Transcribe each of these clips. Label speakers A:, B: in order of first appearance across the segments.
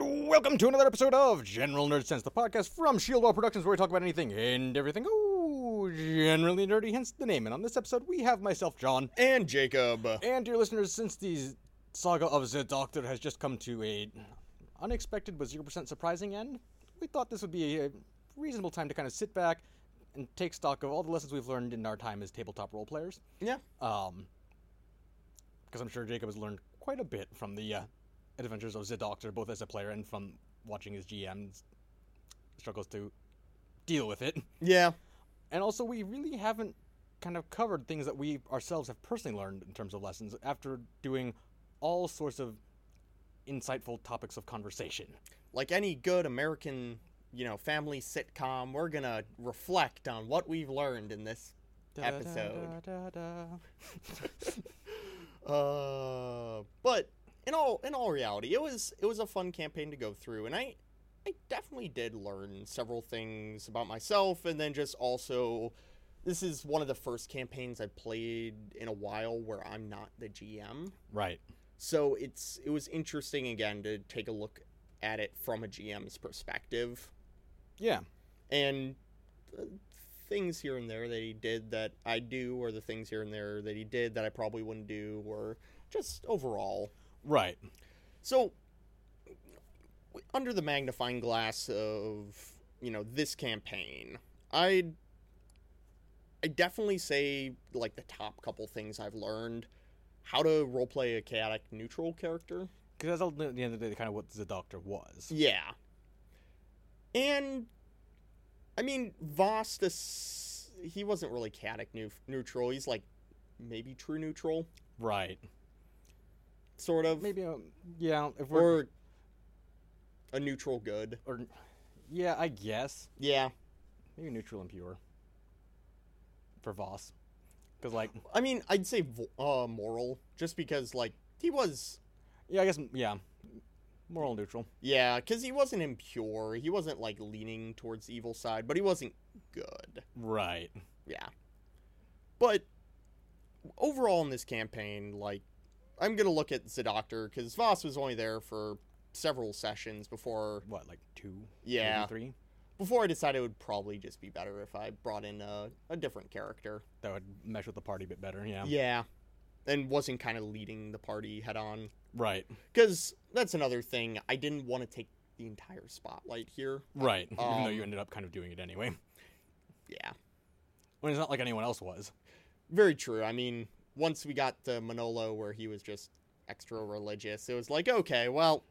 A: Welcome to another episode of General Nerd Sense, the podcast from Shieldwall Productions, where we talk about anything and everything. Oh, generally nerdy, hence the name. And on this episode, we have myself, John.
B: and Jacob.
A: And dear listeners, since the saga of the Doctor has just come to a unexpected but 0% surprising end, we thought this would be a reasonable time to kind of sit back and take stock of all the lessons we've learned in our time as tabletop role players.
B: Yeah.
A: Um, because I'm sure Jacob has learned quite a bit from the uh, adventures of the Doctor, both as a player and from watching his GM's struggles to deal with it.
B: Yeah.
A: And also, we really haven't kind of covered things that we ourselves have personally learned in terms of lessons after doing all sorts of insightful topics of conversation.
B: Like any good American, you know, family sitcom, we're going to reflect on what we've learned in this episode. Uh, but in all in all reality, it was it was a fun campaign to go through and I I definitely did learn several things about myself and then just also this is one of the first campaigns I played in a while where I'm not the GM.
A: right.
B: So it's it was interesting again to take a look at it from a GM's perspective
A: Yeah.
B: and uh, things here and there that he did that I do or the things here and there that he did that I probably wouldn't do or just overall.
A: Right.
B: So w- under the magnifying glass of, you know, this campaign, I I definitely say like the top couple things I've learned how to roleplay a chaotic neutral character.
A: Because that's ultimately, at the end of the day kind of what the Doctor was.
B: Yeah. And I mean, Voss, this, he wasn't really chaotic neu- neutral. He's like maybe true neutral,
A: Right.
B: sort of,
A: Maybe, um, yeah, if we're.
B: or a neutral good.
A: Or, yeah, I guess.
B: Yeah.
A: Maybe neutral and pure. For Voss. Because, like,
B: I mean, I'd say vo- uh, moral, just because like he was,
A: yeah, I guess, yeah. Moral neutral.
B: yeah, because he wasn't impure. He wasn't like leaning towards the evil side, but he wasn't good.
A: Right.
B: Yeah. But overall in this campaign, like, I'm going to look at the doctor because Voss was only there for several sessions before
A: What, like two? maybe
B: Yeah.
A: Three?
B: before I decided it would probably just be better if I brought in a, a different character.
A: That would mesh with the party a bit better, yeah.
B: Yeah. And wasn't kind of leading the party head on.
A: Right.
B: Because that's another thing. I didn't want to take the entire spotlight here.
A: Right. Even though you
B: Um,
A: ended up kind of doing it anyway.
B: Yeah.
A: When it's not like anyone else was.
B: Very true. I mean, once we got to Manolo where he was just extra religious, it was like, okay, well,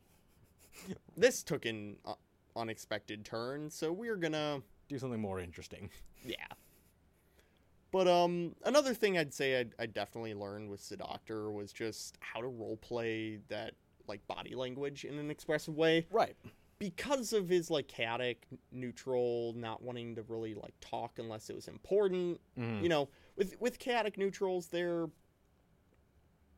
B: this took an uh, unexpected turn, so we're gonna,
A: Do something more interesting.
B: yeah. But um, another thing I'd say I, I definitely learned with Sedoctor was just how to roleplay that like body language in an expressive way
A: Right.
B: because of his like chaotic, neutral, not wanting to really like talk unless it was important.
A: Hmm. Mm-hmm.
B: you know with with chaotic neutrals they're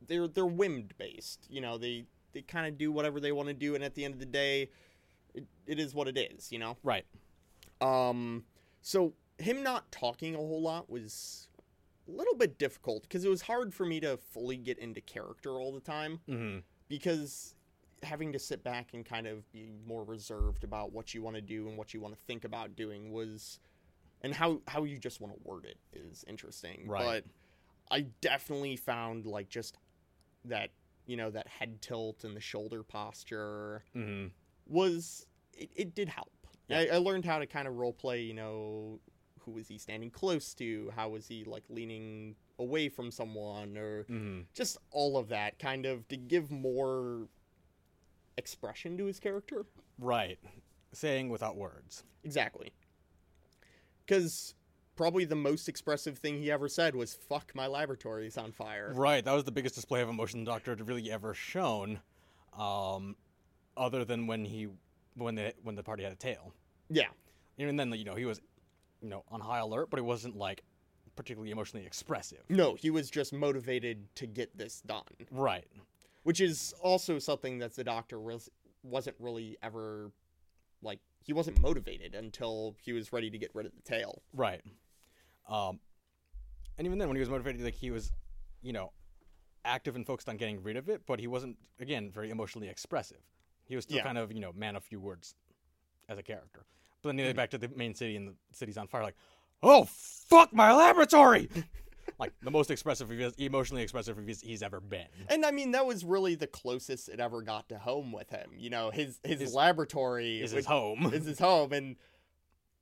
B: they're they're whimed based you know they they kind of do whatever they want to do and at the end of the day it, it is what it is you know
A: Right.
B: um so him not talking a whole lot was a little bit difficult because it was hard for me to fully get into character all the time
A: Mm-hmm.
B: because having to sit back and kind of be more reserved about what you want to do and what you want to think about doing was and how how you just want to word it is interesting
A: Right.
B: but i definitely found like just that you know that head tilt and the shoulder posture
A: Mm-hmm.
B: was it, it did help
A: Yeah.
B: I, I learned how to kind of role play you know who was he standing close to how was he like leaning away from someone or
A: Mm-hmm.
B: just all of that kind of to give more expression to his character
A: Right. Saying without words.
B: exactly because probably the most expressive thing he ever said was fuck my laboratory is on fire
A: Right. That was the biggest display of emotion the Doctor had really ever shown. Um, other than when he, when the when the party had a tail.
B: yeah
A: Even then, you know, he was, you know, on high alert, but he wasn't like particularly emotionally expressive.
B: no he was just motivated to get this done
A: Right.
B: which is also something that the doctor was, wasn't really ever like he wasn't motivated until he was ready to get rid of the tail
A: Right. Um, and even then, when he was motivated, like he was, you know, active and focused on getting rid of it, but he wasn't, again, very emotionally expressive. He was still
B: Yeah.
A: kind of, you know, man of few words as a character. But then
B: Mm-hmm.
A: they get back to the main city and the city's on fire, like, oh, fuck my laboratory! like, the most expressive, he is- emotionally expressive he's, he's ever been.
B: And I mean, that was really the closest it ever got to home with him. You know, his his,
A: His-
B: laboratory
A: Is
B: which
A: his home.
B: is his home, and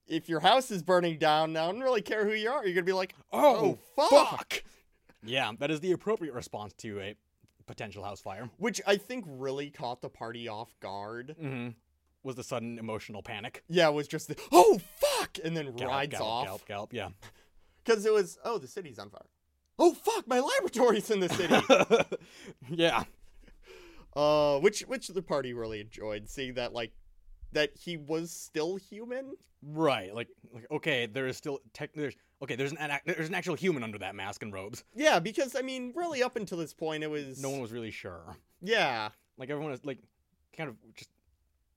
B: if your house is burning down, I don't really care who you are. You're gonna be like, oh, fuck.
A: Yeah, that is the appropriate response to a potential house fire.
B: Which I think really caught the party off guard.
A: Mm-hmm. Was the sudden emotional panic.
B: Yeah, it was just the oh fuck, and then
A: Gallop,
B: rides
A: gallop,
B: off
A: Gallop, gallop, yeah.
B: because it was oh the city's on fire. Oh fuck, my laboratory's in the city.
A: yeah.
B: uh, which which the party really enjoyed seeing that like that he was still human.
A: Right. Like, like okay, there is still tech. There's okay. There's an, an there's an actual human under that mask and robes.
B: Yeah, because I mean, really up until this point, it was
A: No one was really sure.
B: Yeah,
A: Like everyone was like, kind of just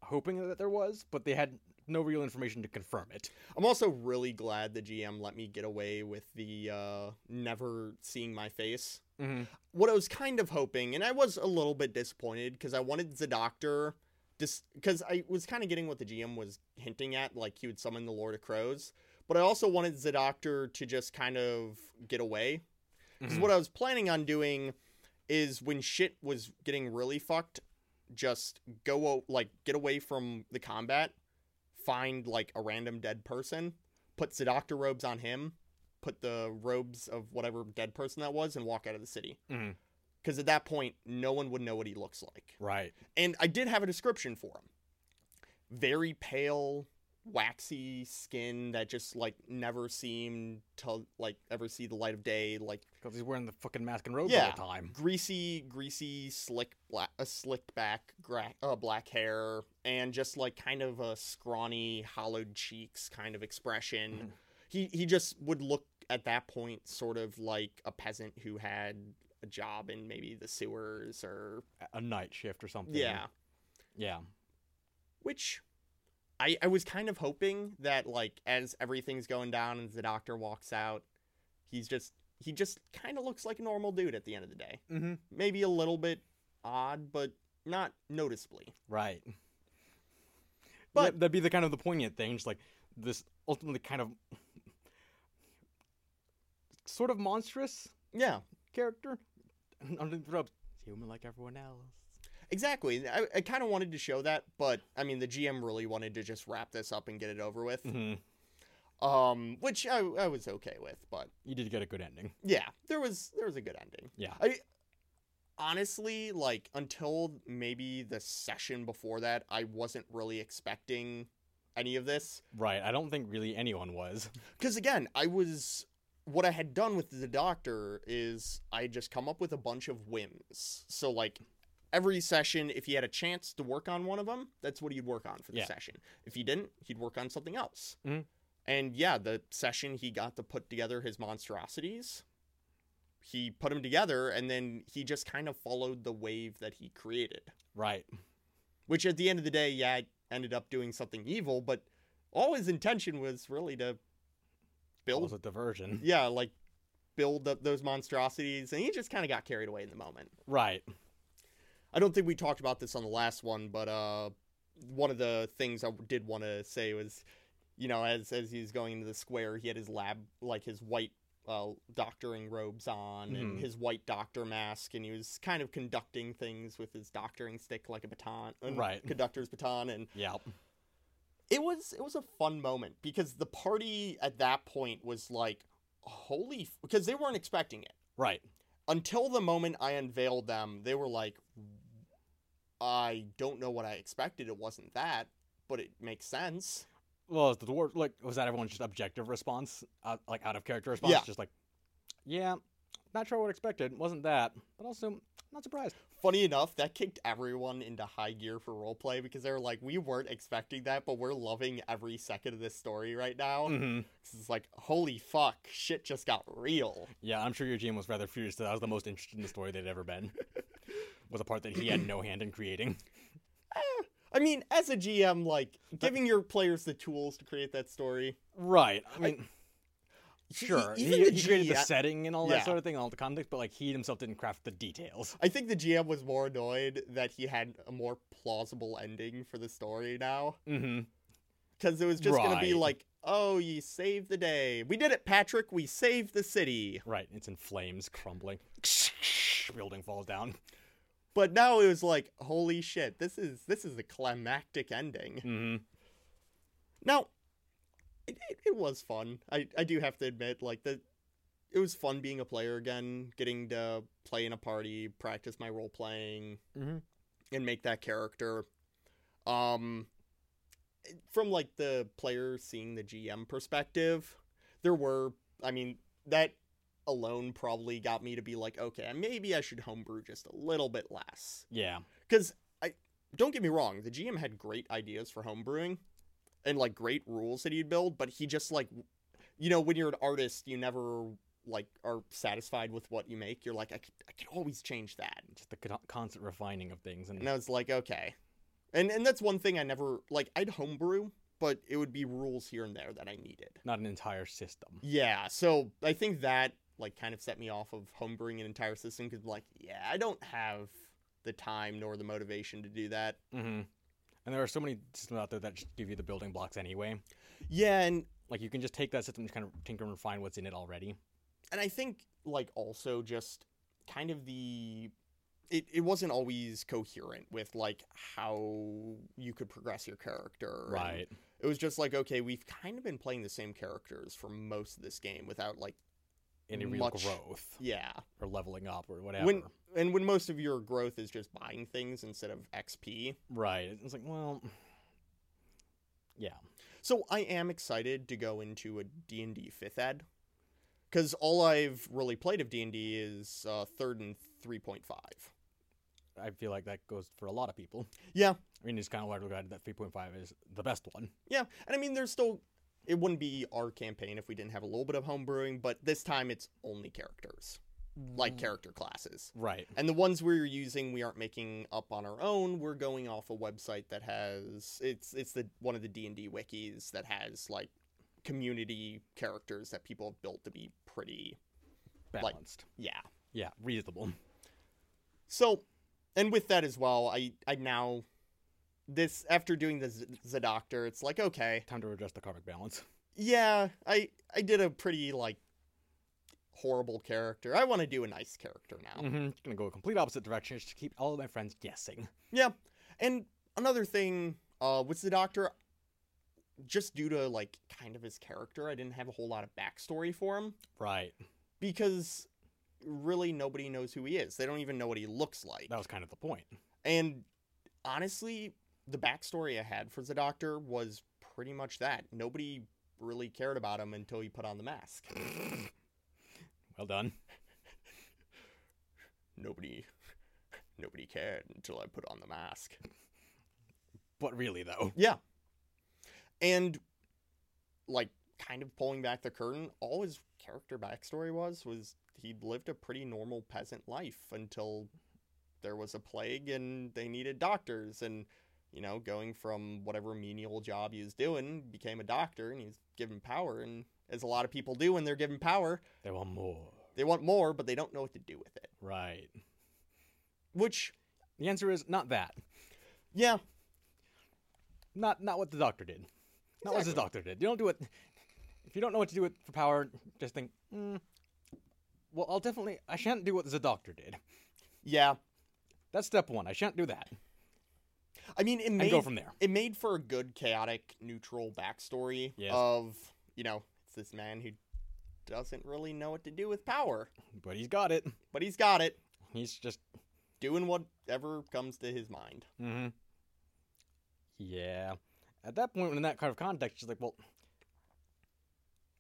A: hoping that there was, but they had no real information to confirm it.
B: I'm also really glad the GM let me get away with the uh, never seeing my face.
A: Mm-hmm.
B: What I was kind of hoping, and I was a little bit disappointed because I wanted the doctor, just because I was kind of getting what the GM was hinting at, like he would summon the Lord of Crows. But I also wanted the doctor to just kind of get away Because
A: Mm-hmm.
B: what I was planning on doing is when shit was getting really fucked, just go o- like get away from the combat, find like a random dead person, put Zidoctor robes on him, put the robes of whatever dead person that was, and walk out of the city.
A: Mhm.
B: Because at that point, no one would know what he looks like.
A: Right.
B: And I did have a description for him. Very pale, waxy skin that just like never seemed to like ever see the light of day. Like
A: Because he's wearing the fucking mask and robes all
B: Yeah.
A: the time.
B: greasy, greasy, slick black, a slick back, gra- uh, black hair, and just like kind of a scrawny, hollowed cheeks kind of expression.
A: Mhm.
B: He he just would look at that point sort of like a peasant who had a job in maybe the sewers or
A: A- A night shift or something.
B: yeah,
A: Yeah.
B: which. I, I was kind of hoping that like as everything's going down and the doctor walks out, he's just he just kind of looks like a normal dude at the end of the day.
A: Mm-hmm.
B: maybe a little bit odd, but not noticeably.
A: Right.
B: But-
A: But that'd be the kind of the poignant thing, just like this ultimately kind of sort of monstrous
B: Yeah,
A: character under the robes, human like everyone else.
B: exactly. I, I kind of wanted to show that, but I mean, the GM really wanted to just wrap this up and get it over with,
A: Mm-hmm.
B: um, which I, I was okay with. But
A: You did get a good ending.
B: yeah, there was there was a good ending.
A: Yeah.
B: I honestly like until maybe the session before that, I wasn't really expecting any of this.
A: Right. I don't think really anyone was.
B: because again i was what i had done with the doctor is i had just come up with a bunch of whims so like every session if he had a chance to work on one of them that's what he'd work on for the
A: Yeah.
B: session if he didn't he'd work on something else
A: Mhm.
B: and yeah the session he got to put together his monstrosities he put them together and then he just kind of followed the wave that he created
A: Right.
B: which at the end of the day, yeah, it ended up doing something evil, but all his intention was really to
A: It
B: build,
A: was a diversion.
B: yeah, like build up those monstrosities, and he just kind of got carried away in the moment.
A: Right.
B: I don't think we talked about this on the last one, but uh, one of the things I did want to say was, you know, as as he was going into the square, he had his lab, like his white uh, doctoring robes on and
A: Mhm.
B: his white doctor mask, and he was kind of conducting things with his doctoring stick, like a baton, uh,
A: Right.
B: conductor's baton, and
A: Yeah.
B: it was it was a fun moment because the party at that point was like holy f- because they weren't expecting it
A: Right.
B: until the moment i unveiled them they were like i don't know what i expected it wasn't that but it makes sense
A: Well, the dwarf like was that everyone's just objective response, uh, like out of character response,
B: Yeah.
A: just like, yeah, not sure what I expected. Wasn't that, but also not surprised.
B: funny enough that kicked everyone into high gear for roleplay because they were like we weren't expecting that but we're loving every second of this story right now
A: Mm-hmm.
B: it's like holy fuck shit just got real
A: Yeah, I'm sure your GM was rather furious that I was the most interested in the story they'd ever been. was a part that he had no hand in creating.
B: I mean, as a GM, like giving your players the tools to create that story.
A: Right. I mean, Sure,
B: E-
A: he,
B: even
A: he
B: the
A: created the
B: GM
A: setting and all
B: Yeah.
A: that sort of thing, all the context, but like he himself didn't craft the details.
B: I think the GM was more annoyed that he had a more plausible ending for the story now.
A: Mm-hmm.
B: Because it was just going to be
A: Right.
B: like, oh, you saved the day. We did it, Patrick. We saved the city.
A: Right, it's in flames, crumbling. Building falls down.
B: But now it was like, holy shit, this is this is a climactic ending.
A: Mm-hmm.
B: Now, it, it, it was fun. I, I do have to admit, like the, it was fun being a player again, getting to play in a party, practice my role playing,
A: Mhm.
B: and make that character. Um, from like the player seeing the GM perspective, there were, I mean, that alone probably got me to be like, okay, maybe I should homebrew just a little bit less
A: Yeah.
B: because I don't get me wrong, the GM had great ideas for homebrewing and like great rules that he'd build, but he just like you know when you're an artist, you never like are satisfied with what you make. You're like I could, I could always change that,
A: Just the con- constant refining of things. And
B: and I was like okay, and and that's one thing I never like I'd homebrew, but it would be rules here and there that I needed.
A: not an entire system.
B: Yeah, so I think that like kind of set me off of homebrewing an entire system because like yeah, I don't have the time nor the motivation to do that.
A: Mm-hmm. And there are so many systems out there that just give you the building blocks anyway.
B: Yeah, and
A: Like you can just take that system and just kind of tinker and refine what's in it already.
B: and I think like also just kind of the it, it wasn't always coherent with like how you could progress your character. and
A: Right.
B: It was just like, okay, we've kind of been playing the same characters for most of this game without like
A: Any real
B: Much-
A: growth
B: yeah.
A: or leveling up or whatever.
B: When and when most of your growth is just buying things instead of XP.
A: Right. It's like, well, yeah.
B: So I am excited to go into a D&D 5th ed cuz all I've really played of D&D is uh, 3rd and 3.5.
A: I feel like that goes for a lot of people.
B: Yeah.
A: I mean, it's kind of largely glad that 3.5 is the best one.
B: Yeah, and I mean, there's still it wouldn't be our campaign if we didn't have a little bit of homebrewing, but this time it's only characters, like character classes.
A: Right.
B: And the ones we're using, we aren't making up on our own. We're going off a website that has it's it's the one of the D and D wikis that has like community characters that people have built to be pretty
A: Balanced.
B: yeah
A: yeah. Reasonable.
B: So, and with that as well, I I now this after doing the Z- the doctor, it's like okay,
A: Time to adjust the karmic balance.
B: yeah i i did a pretty like horrible character i want to do a nice character now
A: Mm-hmm. It's going to go a complete opposite direction just to keep all of my friends guessing.
B: yeah and another thing uh with the doctor just due to like kind of his character i didn't have a whole lot of backstory for him
A: Right.
B: because really nobody knows who he is they don't even know what he looks like
A: That was kind of the point.
B: and honestly the backstory i had for the doctor was pretty much that nobody really cared about him until he put on the mask
A: Well done.
B: nobody nobody cared until I put on the mask.
A: But really, though,
B: Yeah. And like kind of pulling back the curtain, all his character backstory was was he lived a pretty normal peasant life until there was a plague and they needed doctors and you know, going from whatever menial job he was doing, became a doctor and he's given power and as a lot of people do when they're given power,
A: there were more.
B: they want more but they don't know what to do with it.
A: Right.
B: Which
A: The answer is not that.
B: yeah,
A: Not not what the doctor did. Not what the
B: Exactly.
A: doctor did. You don't do it. If you don't know what to do with for power, just think, mm, well, I'll definitely, I shan't do what the doctor did.
B: yeah.
A: That's step one. I shan't do that.
B: I mean it
A: And
B: may
A: go from there.
B: it made for a good chaotic neutral backstory
A: Yes.
B: of you know it's this man who doesn't really know what to do with power
A: But he's got it.
B: but he's got it
A: He's just,
B: doing whatever comes to his mind
A: mm-hmm. yeah. At that point, in that kind of context, she's like, well,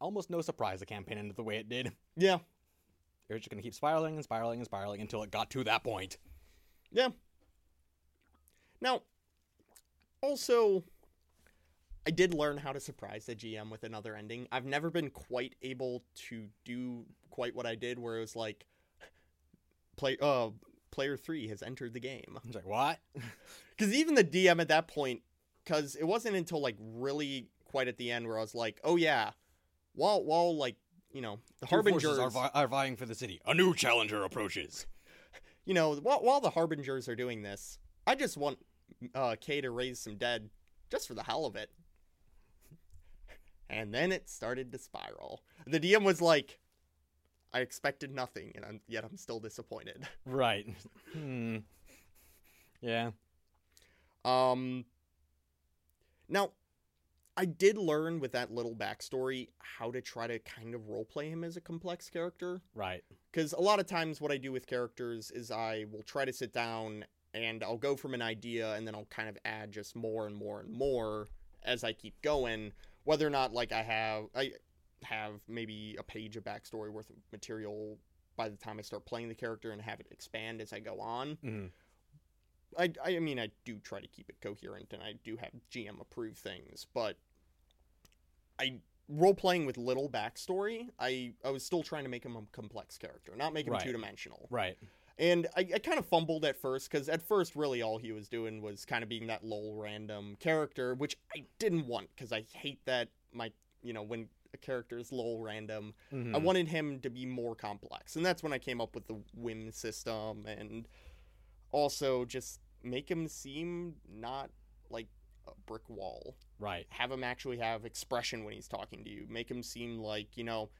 A: almost no surprise the campaign ended the way it did.
B: yeah
A: It was just going to keep spiraling and spiraling and spiraling until it got to that point.
B: yeah now also i did learn how to surprise the gm with another ending i've never been quite able to do quite what i did where it was like play uh player 3 has entered the game
A: He's like, what?
B: Because even the DM at that point, because it wasn't until like really quite at the end where I was like, oh yeah, while while like you know the
A: Two forces
B: harbingers
A: are, vi- are vying for the city. A new challenger approaches.
B: you know while, while the harbingers are doing this i just want uh kay to raise some dead just for the hell of it and then it started to spiral the dm was like i expected nothing and I'm, yet i'm still disappointed
A: Right. Hmm. Yeah.
B: Um, now, I did learn with that little backstory how to try to kind of roleplay him as a complex character.
A: Right.
B: Because a lot of times, what I do with characters is I will try to sit down and I'll go from an idea and then I'll kind of add just more and more and more as I keep going. Whether or not, like, I have, I have maybe a page of backstory worth of material by the time I start playing the character and have it expand as I go on.
A: hmm
B: I, I mean, I do try to keep it coherent, and I do have GM approve things, but I role playing with little backstory. I I was still trying to make him a complex character, not make him
A: Right.
B: two dimensional.
A: Right.
B: And I, I kind of fumbled at first because at first, really, all he was doing was kind of being that lol random character, which I didn't want because I hate that my you know when a character is lol random. I
A: Mhm.
B: wanted him to be more complex. And that's when I came up with the whim system and also just make him seem not like a brick wall.
A: Right.
B: Have him actually have expression when he's talking to you. Make him seem like, you know,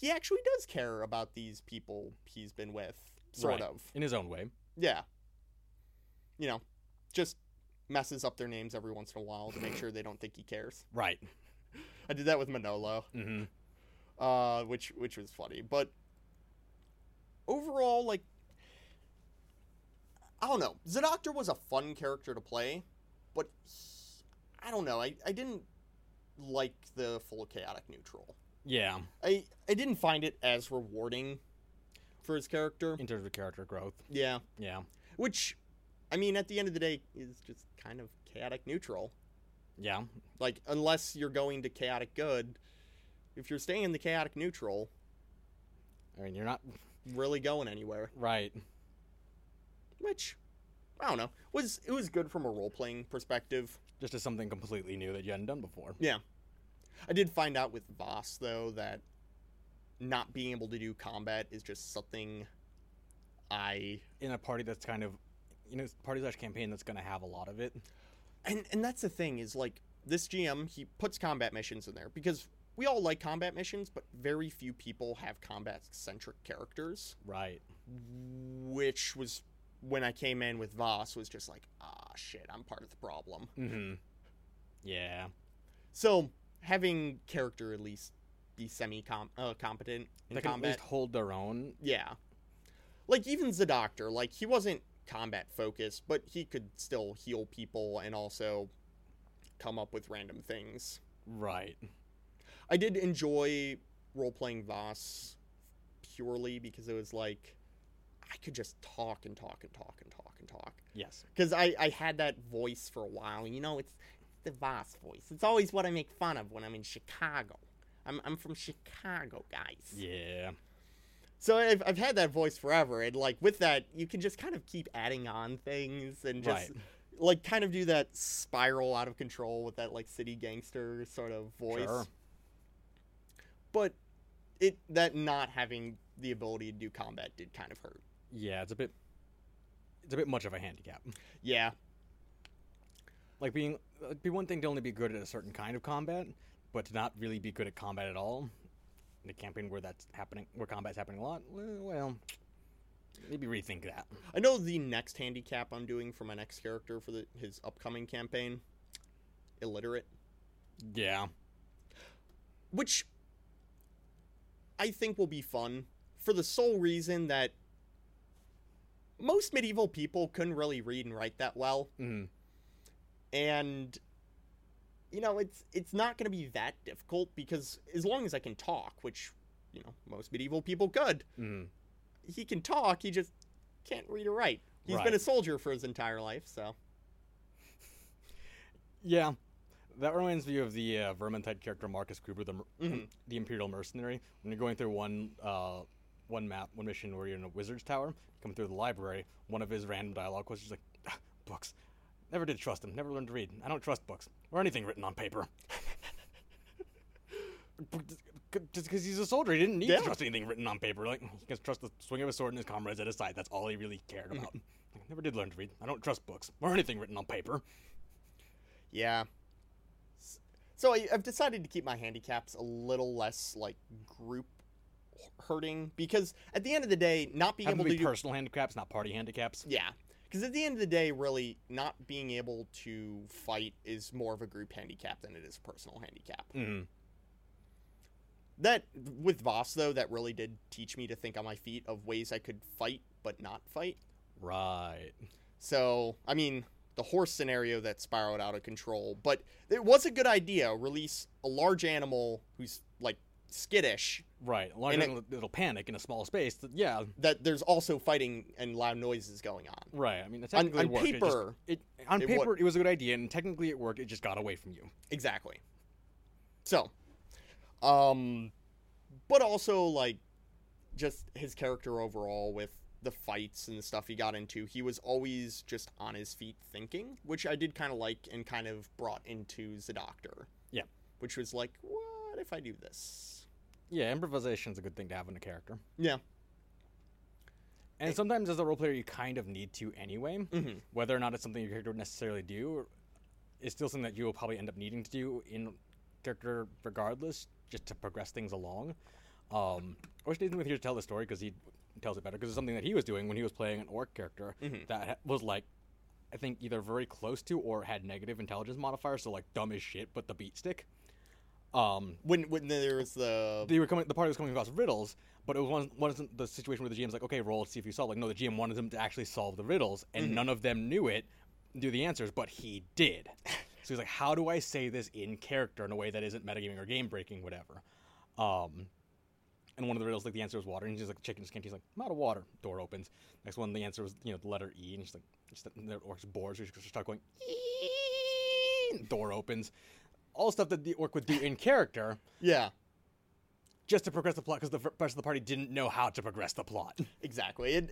B: he actually does care about these people he's been with, sort
A: Right.
B: of.
A: In his own way.
B: Yeah. You know, just messes up their names every once in a while to make sure they don't think he cares.
A: Right.
B: I did that with Manolo
A: hmm
B: uh, which which was funny. But overall, like, I don't know. Zadoktor was a fun character to play, but he- I don't know. I, I didn't like the full chaotic neutral.
A: Yeah.
B: I I didn't find it as rewarding for his character.
A: In terms of character growth.
B: Yeah,
A: Yeah.
B: which I mean, at the end of the day, is just kind of chaotic neutral.
A: Yeah.
B: Like, unless you're going to chaotic good, if you're staying in the chaotic neutral,
A: I mean, you're not
B: really going anywhere.
A: right.
B: which I don't know was it was good from a role playing perspective.
A: Just as something completely new that you hadn't done before.
B: I did find out with Voss though that not being able to do combat is just something I
A: In a party that's kind of, you know, party slash campaign that's going to have a lot of it.
B: and and that's the thing is like this GM he puts combat missions in there because we all like combat missions but very few people have combat centric characters
A: Right.
B: which was when I came in with Voss was just like ah shit I'm part of the problem
A: Mm-hmm. Yeah.
B: So having character at least be semi uh, competent in
A: They can at
B: combat,
A: least hold their own.
B: yeah. Like even the doctor, like he wasn't combat focused, but he could still heal people and also come up with random things.
A: Right.
B: I did enjoy role playing Voss purely because it was like I could just talk and talk and talk and talk and talk
A: Yes.
B: because I, I had that voice for a while. You know, it's the Voss voice. It's always what I make fun of when I'm in Chicago. I'm, I'm from Chicago, guys.
A: Yeah.
B: So I've, I've had that voice forever. And, like, with that, you can just kind of keep adding on things and just,
A: Right.
B: like, kind of do that spiral out of control with that, like, city gangster sort of voice.
A: Sure.
B: But it that not having the ability to do combat did kind of hurt.
A: Yeah. It's a bit. It's a bit much of a handicap.
B: Yeah.
A: Like being, it'd be one thing to only be good at a certain kind of combat, but to not really be good at combat at all. In a campaign where that's happening, where combat's happening a lot, well, maybe rethink that.
B: I know the next handicap I'm doing for my next character for the, his upcoming campaign, illiterate,
A: Yeah.
B: which I think will be fun for the sole reason that most medieval people couldn't really read and write that well,
A: Mm.
B: and you know it's it's not going to be that difficult because as long as I can talk, which you know most medieval people could,
A: Mm.
B: he can talk, he just can't read or write. He's
A: Right.
B: been a soldier for his entire life, so.
A: Yeah. That reminds me of the uh, Vermintide character Marcus Gruber, the, mer-
B: Mhm.
A: the Imperial Mercenary. When you're going through one uh, one map, one mission where you're in a wizard's tower, come through the library, one of his random dialogue questions is like, "Ah, books. Never did trust them, never learned to read. I don't trust books or anything written on paper. c- just because he's a soldier, he didn't need
B: Yeah.
A: to trust anything written on paper. Like he can trust the swing of a sword and his comrades at his side. That's all he really cared about. I never did learn to read. I don't trust books or anything written on paper.
B: Yeah. S- So I, I've decided to keep my handicaps a little less like group hurting because at the end of the day, not being
A: Have them
B: able
A: be
B: to do,
A: personal handicaps, not party handicaps.
B: yeah, because at the end of the day, really not being able to fight is more of a group handicap than it is a personal handicap.
A: Mm.
B: That with Voss though, that really did teach me to think on my feet of ways I could fight but not fight.
A: Right.
B: So, I mean, the horse scenario that spiraled out of control, but it was a good idea. Release a large animal who's like skittish
A: Right. Long
B: And
A: as it'll, it'll panic in a small space. th- yeah.
B: that there's also fighting and loud noises going on.
A: Right. I mean, it
B: On,
A: technically
B: on
A: worked. It just-
B: paper,
A: It, on
B: It
A: paper,
B: worked.
A: it was a good idea, and technically it worked. It just got away from you.
B: exactly. So, um, but also like just his character overall with the fights and the stuff he got into, he was always just on his feet thinking, which I did kind of like and kind of brought into the doctor.
A: Yeah.
B: Which was like, what if I do this?
A: Yeah, improvisation's a good thing to have in a character.
B: Yeah.
A: And sometimes as a role player, you kind of need to anyway.
B: Mhm.
A: Whether or not it's something your character would necessarily do, is still something that you will probably end up needing to do in character regardless, just to progress things along. Um, I wish Nathan was here to tell the story because he tells it better because it's something that he was doing when he was playing an orc character that ha- was like, I think either very close to or had negative intelligence modifier, so like dumb as shit, but the beat stick. Um,
B: When when there was the
A: they were coming. The party was coming across riddles, but it was one wasn't the situation where the GM's like, "Okay, roll, see if you solve." Like, no, the GM wanted them to actually solve the riddles, and none of them knew it, knew the answers, but he did. So he's like, "How do I say this in character in a way that isn't metagaming or game breaking, whatever?" Um, and one of the riddles, like the answer was water, and she's like, "Chicken's canteen." He's like, "I'm out of water." Door opens. Next one, the answer was you know the letter E, and she's like, just, "The orc's bored," so she just start going. "Ee!" Door opens. All stuff that the orc would do in character
B: yeah
A: just to progress the plot because the f- rest of the party didn't know how to progress the plot.
B: exactly and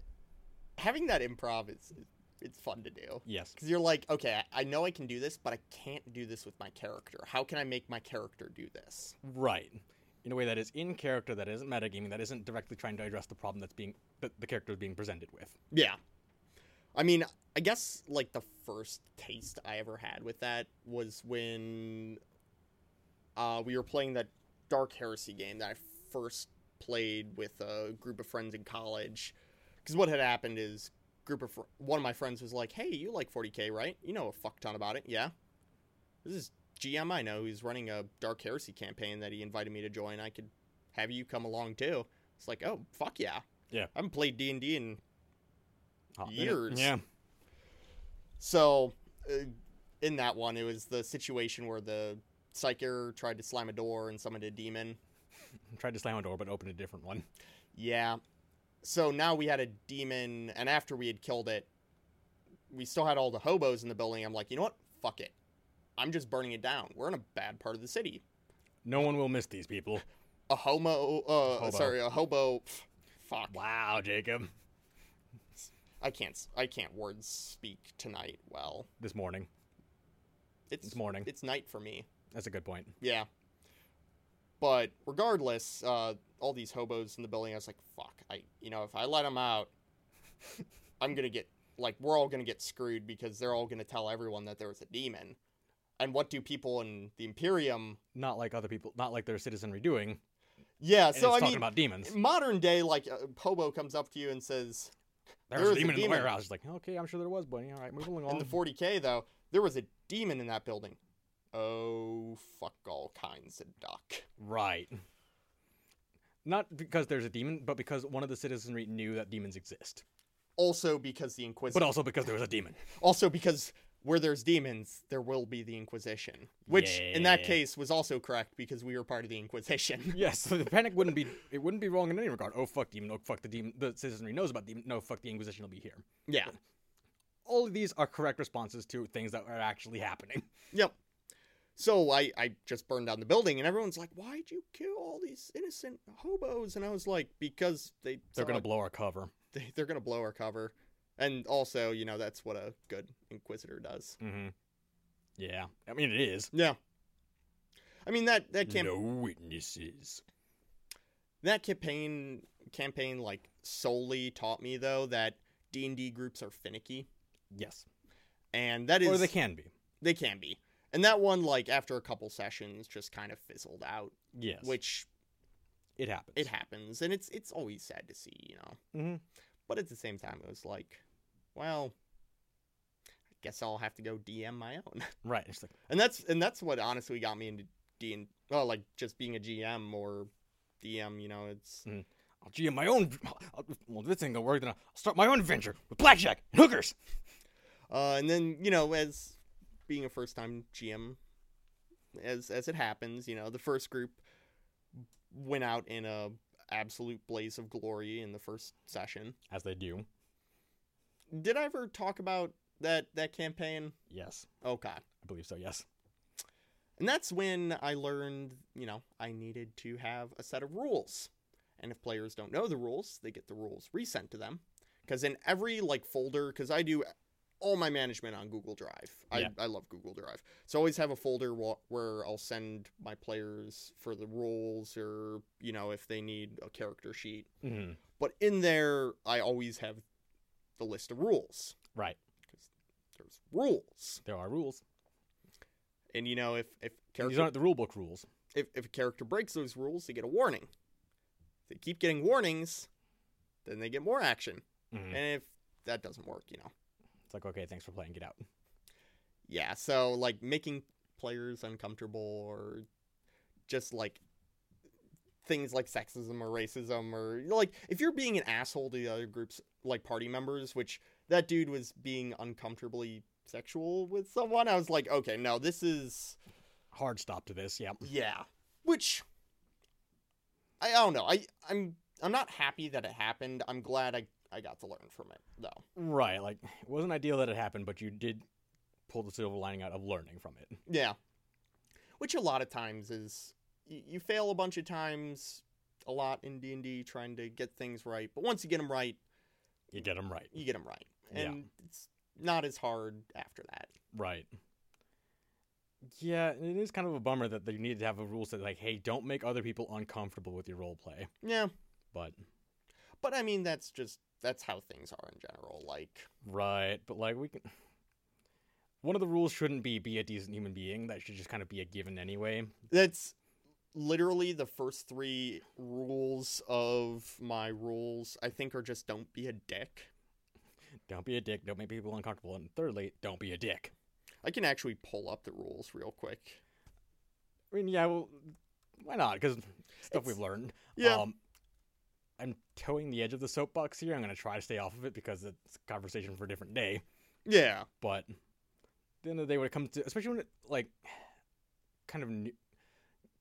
B: having that improv is it's fun to do
A: Yes.
B: because you're like okay I, I know I can do this but I can't do this with my character how can I make my character do this
A: Right. In a way that is in character, that isn't metagaming, that isn't directly trying to address the problem that's being that the character is being presented with.
B: yeah I mean I guess like the first taste I ever had with that was when uh, we were playing that Dark Heresy game that I first played with a group of friends in college. Because what had happened is, group of fr- one of my friends was like, "Hey, you like 40k, right? You know a fuck ton about it, yeah." This is GM I know who's running a Dark Heresy campaign that he invited me to join. I could have you come along too. It's like, oh fuck yeah,
A: Yeah.
B: I haven't played D and D in
A: Hot minute.
B: Years.
A: Yeah.
B: so, uh, in that one, it was the situation where the psyker tried to slam a door and summoned a demon.
A: Tried to slam a door, but opened a different one.
B: Yeah. So now we had a demon, and after we had killed it, we still had all the hobos in the building. I'm like, you know what? Fuck it. I'm just burning it down. We're in a bad part of the city.
A: No one will miss these people.
B: A homo, uh,
A: Hobo.
B: sorry, a hobo. pff, Fuck.
A: Wow, Jacob.
B: I can't. s- I can't word speak tonight. Well,
A: This morning.
B: it's
A: It's morning.
B: It's night for me.
A: That's a good point.
B: Yeah. But regardless, uh, all these hobos in the building, I was like, fuck, I, you know, if I let them out, I'm gonna get like we're all gonna get screwed because they're all gonna tell everyone that there was a demon. And what do people in the Imperium?
A: Not like other people, not like their citizenry doing.
B: Yeah,
A: And
B: Uh, so
A: it's
B: I
A: talking
B: mean,
A: about demons.
B: modern day, like a hobo comes up to you and says,
A: There
B: there
A: was a
B: is a
A: demon in the
B: demon.
A: warehouse. It's like, okay, I'm sure there was, buddy. All right, moving along.
B: in the 40k though, there was a demon in that building. Oh, fuck all kinds of duck.
A: Right. Not because there's a demon, but because one of the citizenry knew that demons exist.
B: Also, because the Inquisitor.
A: But also because there was a demon.
B: Also, because where there's demons, there will be the Inquisition, which in that
A: Yeah.
B: case was also correct because we were part of the Inquisition.
A: Yes, so the panic wouldn't be it wouldn't be wrong in any regard. Oh fuck demon, oh fuck the demon the citizenry knows about demon, no fuck the Inquisition will be here.
B: yeah.
A: All of these are correct responses to things that are actually happening.
B: Yep. So I, I just burned down the building, and everyone's like, "Why'd you kill all these innocent hobos?" And I was like, "Because they
A: They're
B: saw-
A: gonna blow our cover.
B: they, they're gonna blow our cover, and also you know that's what a good Inquisitor does."
A: Mm-hmm. Yeah. I mean it is.
B: Yeah. I mean that that camp
A: No witnesses.
B: that campaign campaign like solely taught me though that D and D groups are finicky,
A: Yes.
B: and that is
A: or they can be.
B: they can be. And that one, like after a couple sessions, just kind of fizzled out,
A: Yes.
B: which
A: it happens.
B: it happens, and it's it's always sad to see, you know.
A: Mhm.
B: But at the same time, it was like, well, I guess I'll have to go DM my own,
A: Right. It's like
B: and that's and that's what honestly got me into D and well, like just being a GM or DM, you know, it's
A: I'll GM Oh, my own. Well, this ain't gonna work. Then I'll start my own adventure with blackjack and hookers.
B: Uh, and then you know, as being a first time GM, as as it happens, you know, the first group went out in a absolute blaze of glory in the first session.
A: As they do.
B: Did I ever talk about that that campaign? Oh,
A: Yes,
B: Okay,
A: I believe so. Yes.
B: and that's when I learned, you know, I needed to have a set of rules, and if players don't know the rules, they get the rules resent to them, because in every like folder, because I do all my management on Google Drive. I,
A: Yeah.
B: I love Google Drive. So I always have a folder wh- where I'll send my players for the roles or, you know, if they need a character sheet.
A: Mm-hmm.
B: But in there, I always have the list of rules
A: Right.
B: because there's rules.
A: There are rules.
B: And, you know, if,
A: And
B: if,
A: These
B: character,
A: aren't the rule book rules.
B: if, if a character breaks those rules, they get a warning. If they keep getting warnings, then they get more action.
A: Mhm.
B: And if that doesn't work, you know,
A: It's like okay, thanks for playing. Get out.
B: Yeah, so like making players uncomfortable or just like things like sexism or racism or like if you're being an asshole to the other group's like party members, which that dude was being uncomfortably sexual with someone, I was like, okay, no, this is
A: Hard stop to this. Yeah.
B: yeah. Which I, I don't know. I I'm I'm not happy that it happened. I'm glad I I got to learn from it though.
A: Right. Like it wasn't ideal that it happened, but you did pull the silver lining out of learning from it.
B: Yeah. Which a lot of times is y- you fail a bunch of times a lot in D&D trying to get things right, but once you get them right,
A: You get them right.
B: you get them right.
A: Yeah.
B: And it's not as hard after that.
A: Right. Yeah, and it is kind of a bummer that you needed to have a rule set like, hey, don't make other people uncomfortable with your role play.
B: Yeah.
A: But
B: But I mean that's just that's how things are in general. Like
A: right, but like we can. One of the rules shouldn't be be a decent human being. That should just kind of be a given anyway.
B: that's literally the first 3 rules of my rules I think are just don't be a dick.
A: Don't be a dick. Don't make people uncomfortable. And thirdly, don't be a dick.
B: I can actually pull up the rules real quick.
A: I mean, yeah, well, why not? Because stuff
B: It's-
A: we've learned.
B: Yeah.
A: Um, I'm towing the edge of the soapbox here. I'm going to try to stay off of it because it's a conversation for a different day.
B: yeah.
A: But at the end of the day, when it comes to, especially when it, like, kind of new,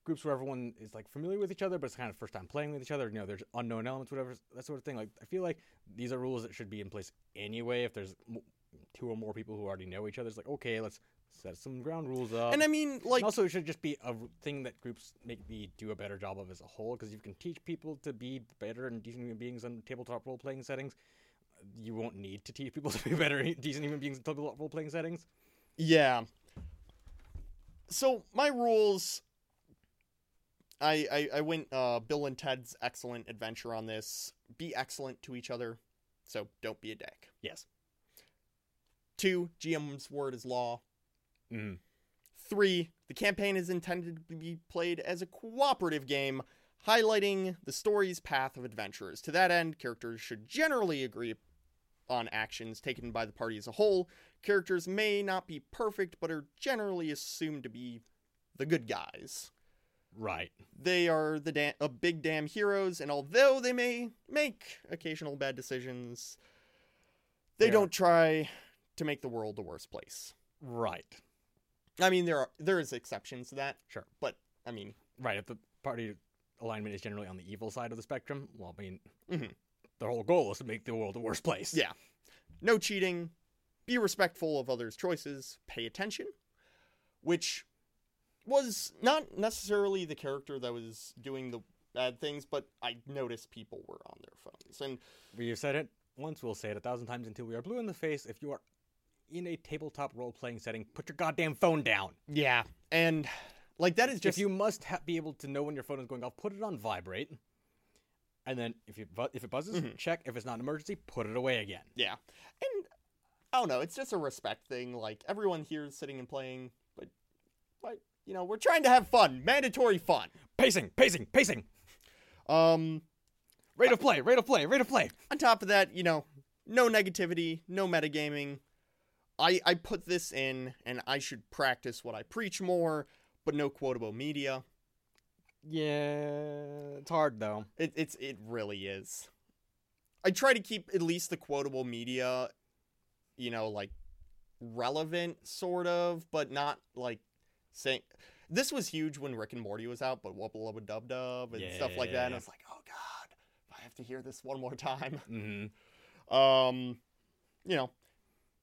A: groups where everyone is, like, familiar with each other, but it's kind of first time playing with each other, you know, there's unknown elements, whatever, that sort of thing. Like, I feel like these are rules that should be in place anyway. If there's m- two or more people who already know each other, it's like, okay, let's set some ground rules up.
B: And I mean like
A: And also, it should just be a r- thing that groups make me do a better job of as a whole, because you can teach people to be better and decent human beings on tabletop role playing settings. You won't need to teach people to be better and decent human beings in tabletop role playing settings.
B: Yeah. So my rules. I, I I went uh Bill and Ted's excellent adventure on this. Be excellent to each other, so don't be a dick.
A: Yes.
B: Two, GM's word is law.
A: Mm.
B: Three, the campaign is intended to be played as a cooperative game, highlighting the story's path of adventurers. To that end, characters should generally agree on actions taken by the party as a whole. Characters may not be perfect, but are generally assumed to be the good guys.
A: Right.
B: They are the da- uh, big damn heroes, and although they may make occasional bad decisions, they
A: They are-
B: don't try to make the world the worst place.
A: Right.
B: I mean, there are there is exceptions to that,
A: Sure.
B: but I mean,
A: Right. If the party alignment is generally on the evil side of the spectrum, well, I mean,
B: Mhm.
A: the whole goal is to make the world a worse place.
B: Yeah. no cheating, be respectful of others' choices, pay attention, which was not necessarily the character that was doing the bad things, but I noticed people were on their phones. And
A: We have said it once, we'll say it a thousand times until we are blue in the face. If you are in a tabletop role playing setting, put your goddamn phone down.
B: yeah, and like that is just
A: if you must ha- be able to know when your phone is going off, put it on vibrate. and then if you bu- if it buzzes, check. If it's not an emergency, put it away again.
B: Yeah. And I don't know, it's just a respect thing. Like everyone here is sitting and playing, but but you know, we're trying to have fun. Mandatory fun.
A: Pacing, pacing, pacing.
B: Um
A: Rate of play, rate of play, rate of play.
B: on top of that, you know, no negativity, no metagaming. I I put this in and I should practice what I preach more, but no quotable media.
A: Yeah, it's hard though.
B: It, it's it really is. I try to keep at least the quotable media, you know, like relevant sort of, but not like saying this was huge when Rick and Morty was out, but wubba lubba dub dub and stuff like that. And
A: Yeah.
B: I was like, oh god, if I have to hear this one more time.
A: Mm-hmm.
B: Um, you know,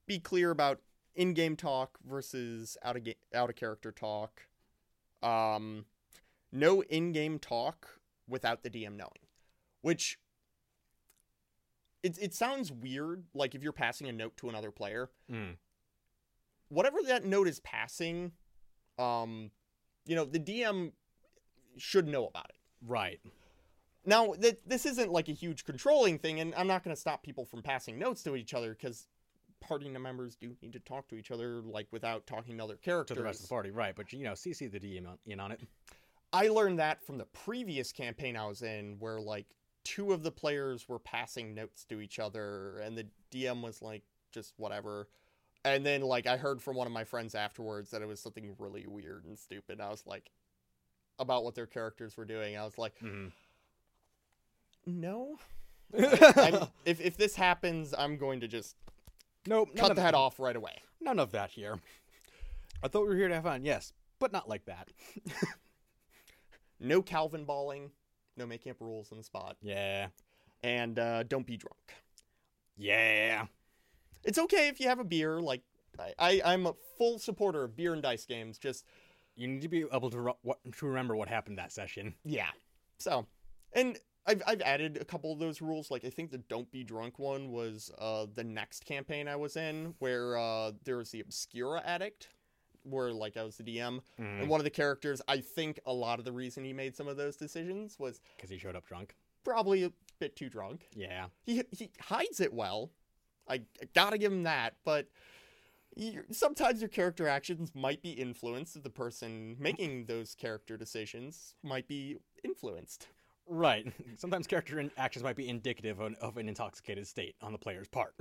B: be clear about in-game talk versus out of ga- out of character talk. Um, no in-game talk without the DM knowing, which it it sounds weird. Like if you're passing a note to another player,
A: Mm.
B: whatever that note is passing, um, you know, the DM should know about it.
A: Right.
B: Now, th- this isn't like a huge controlling thing, and I'm not going to stop people from passing notes to each other because party members do need to talk to each other, like without talking to other
A: To
B: characters.
A: the rest of the party, right? But you know, CC the DM on- in on it.
B: I learned that from the previous campaign I was in, where like two of the players were passing notes to each other, and the DM was like, just whatever. And then, like, I heard from one of my friends afterwards that it was something really weird and stupid. I was like, about what their characters were doing. I was like,
A: Mhm.
B: no.
A: Mm-hmm.
B: I'm, if, if this happens, I'm going to just
A: nope. none
B: cut
A: of
B: the head off right away.
A: None of that here. I thought we were here to have fun. Yes, but not like that.
B: No Calvin balling, no making up rules on the spot,
A: Yeah.
B: and uh, don't be drunk.
A: Yeah.
B: It's okay if you have a beer. Like I, I, I'm a full supporter of beer and dice games. Just
A: You need to be able to re- what, to remember what happened that session.
B: yeah. So, and I've I've added a couple of those rules. Like I think the don't be drunk one was uh, the next campaign I was in, where uh, there was the Obscura addict, where like I was the DM,
A: Mm-hmm. Mm.
B: and one of the characters. I think a lot of the reason he made some of those decisions was
A: Because he showed up drunk.
B: probably a bit too drunk.
A: Yeah.
B: he he hides it well. I, I gotta give him that, but you, sometimes your character actions might be influenced. The person making those character decisions might be influenced.
A: Right. Sometimes character in- actions might be indicative on, of an intoxicated state on the player's part,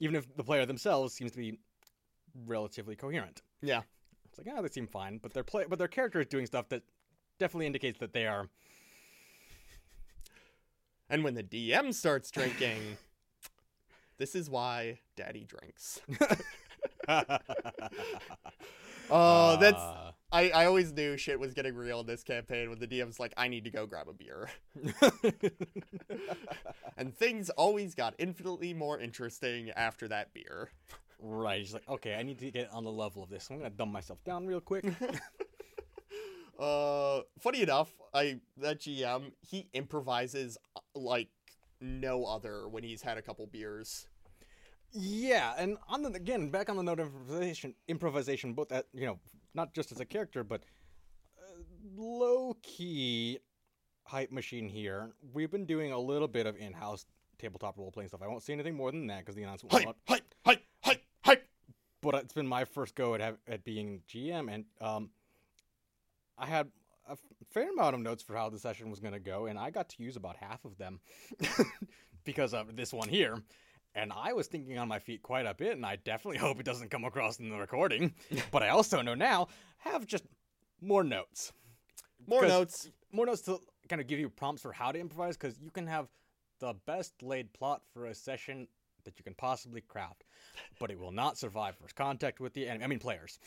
A: even if the player themselves seems to be relatively coherent.
B: Yeah,
A: It's like, oh, they seem fine, but their play, but their character is doing stuff that definitely indicates that they are.
B: and when the DM starts drinking, this is why Daddy drinks. Oh, that's
A: Uh,
B: I, I always knew shit was getting real in this campaign when the DM's like, I need to go grab a beer. and things always got infinitely more interesting after that beer.
A: right. He's like, okay, I need to get on the level of this. I'm gonna dumb myself down real quick.
B: Uh, funny enough, I that GM he improvises uh, like no other when he's had a couple beers.
A: Yeah, and on the again back on the note of improvisation, improvisation, both at you know not just as a character, but uh, low key hype machine here. We've been doing a little bit of in house tabletop role playing stuff. I won't say anything more than that because the announcement went
B: Hype,
A: out.
B: hype, hype, hype, hype.
A: But it's been my first go at have, at being GM, and um, I had a fair amount of notes for how the session was going to go, and I got to use about half of them because of this one here. And I was thinking on my feet quite a bit, and I definitely hope it doesn't come across in the recording. but I also know now have just more notes,
B: More
A: 'Cause-
B: notes.
A: more notes to kind of give you prompts for how to improvise, because you can have the best laid plot for a session that you can possibly craft, but it will not survive first contact with the enemy. I mean, players.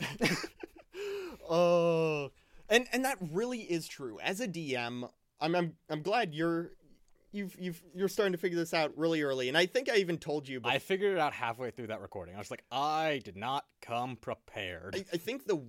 B: Oh, and and that really is true. As a DM, I'm I'm, I'm glad you're. You've, you've, you're starting to figure this out really early, and I think I even told you.
A: I figured it out halfway through that recording. I was like, I did not come prepared.
B: I, I think the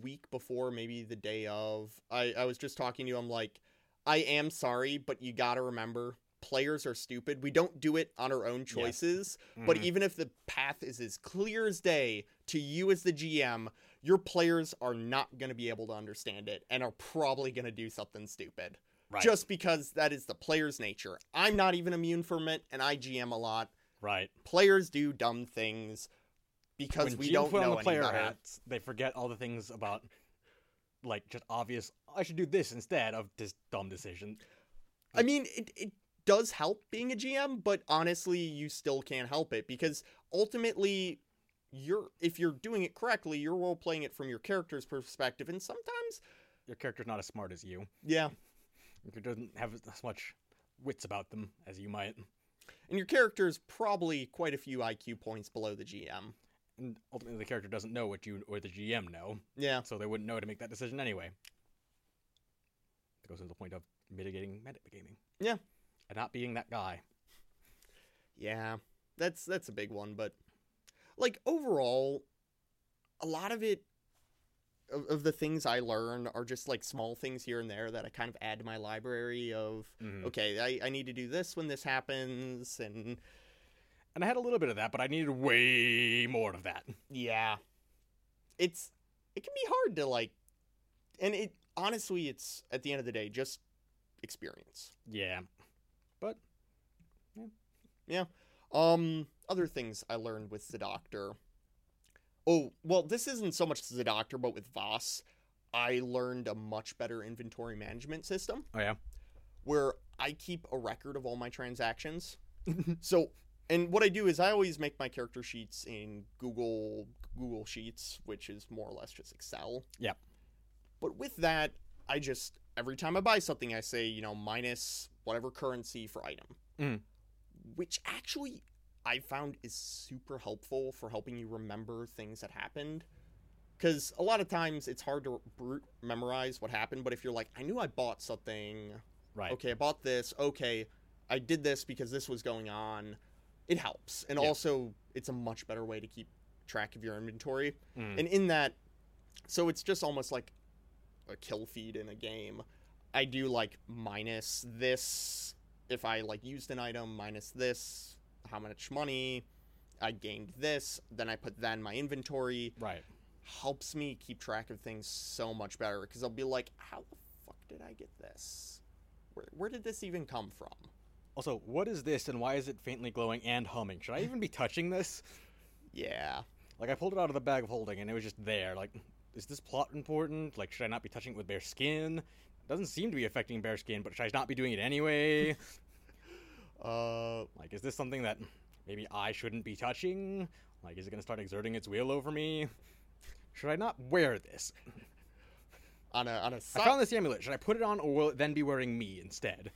B: week before, maybe the day of, I, I was just talking to you. I'm like, I am sorry, but you got to remember players are stupid. We don't do it on our own choices. But
A: Mhm.
B: even if the path is as clear as day to you as the GM, your players are not going to be able to understand it and are probably going to do something stupid.
A: Right.
B: just because that is the player's nature. I'm not even immune from it, and I GM a lot.
A: right.
B: Players do dumb things because
A: When
B: we
A: GM
B: don't
A: put on
B: know
A: the player
B: any better.
A: hats, they forget all the things about like just obvious. I should do this instead of this dumb decision.
B: I mean, it, it does help being a GM, but honestly, you still can't help it because ultimately, you're if you're doing it correctly, you're role playing it from your character's perspective, and sometimes,
A: Your character's not as smart as you.
B: yeah,
A: Your character doesn't have as much wits about them as you might.
B: and your character is probably quite a few IQ points below the GM.
A: And ultimately, the character doesn't know what you or the GM know,
B: Yeah,
A: so they wouldn't know to make that decision anyway. It goes to the point of mitigating metagaming.
B: Yeah.
A: And not being that guy.
B: yeah, that's that's a big one, but like overall, a lot of it. Of, of the things I learn are just like small things here and there that I kind of add to my library of
A: Mm-hmm.
B: okay, I, I need to do this when this happens, and
A: And I had a little bit of that, but I needed way more of that.
B: yeah, it's it can be hard to like, and it honestly, it's at the end of the day just experience.
A: Yeah. But
B: Um, other things I learned with the doctor. Oh well, this isn't so much the doctor, but with Voss, I learned a much better inventory management system.
A: Oh, yeah?
B: where I keep a record of all my transactions. so, and what I do is I always make my character sheets in Google Google Sheets, which is more or less just Excel.
A: Yep.
B: But with that, I just every time I buy something, I say you know minus whatever currency for item,
A: Mm.
B: which actually I found is super helpful for helping you remember things that happened. Because a lot of times it's hard to brute memorize what happened, but if you're like, I knew I bought something,
A: right.
B: okay, I bought this. Okay, I did this because this was going on. It helps. And
A: Yeah.
B: also, it's a much better way to keep track of your inventory.
A: Mm.
B: And in that, so it's just almost like a kill feed in a game. I do like minus this. If I like used an item, minus this, how much money I gained this, then I put that in my inventory.
A: right.
B: Helps me keep track of things so much better because I'll be like, how the fuck did I get this? Where, where did this even come from?
A: Also, what is this and why is it faintly glowing and humming? Should I even be touching this?
B: Yeah.
A: Like, I pulled it out of the bag of holding and it was just there. Like, is this plot important? Like, should I not be touching it with bare skin? Doesn't seem to be affecting bare skin, but should I not be doing it anyway?
B: Uh,
A: like, is this something that maybe I shouldn't be touching? Like, is it going to start exerting its will over me? Should I not wear this?
B: on a on a
A: I
B: si-
A: found this amulet. Should I put it on or will it then be wearing me instead?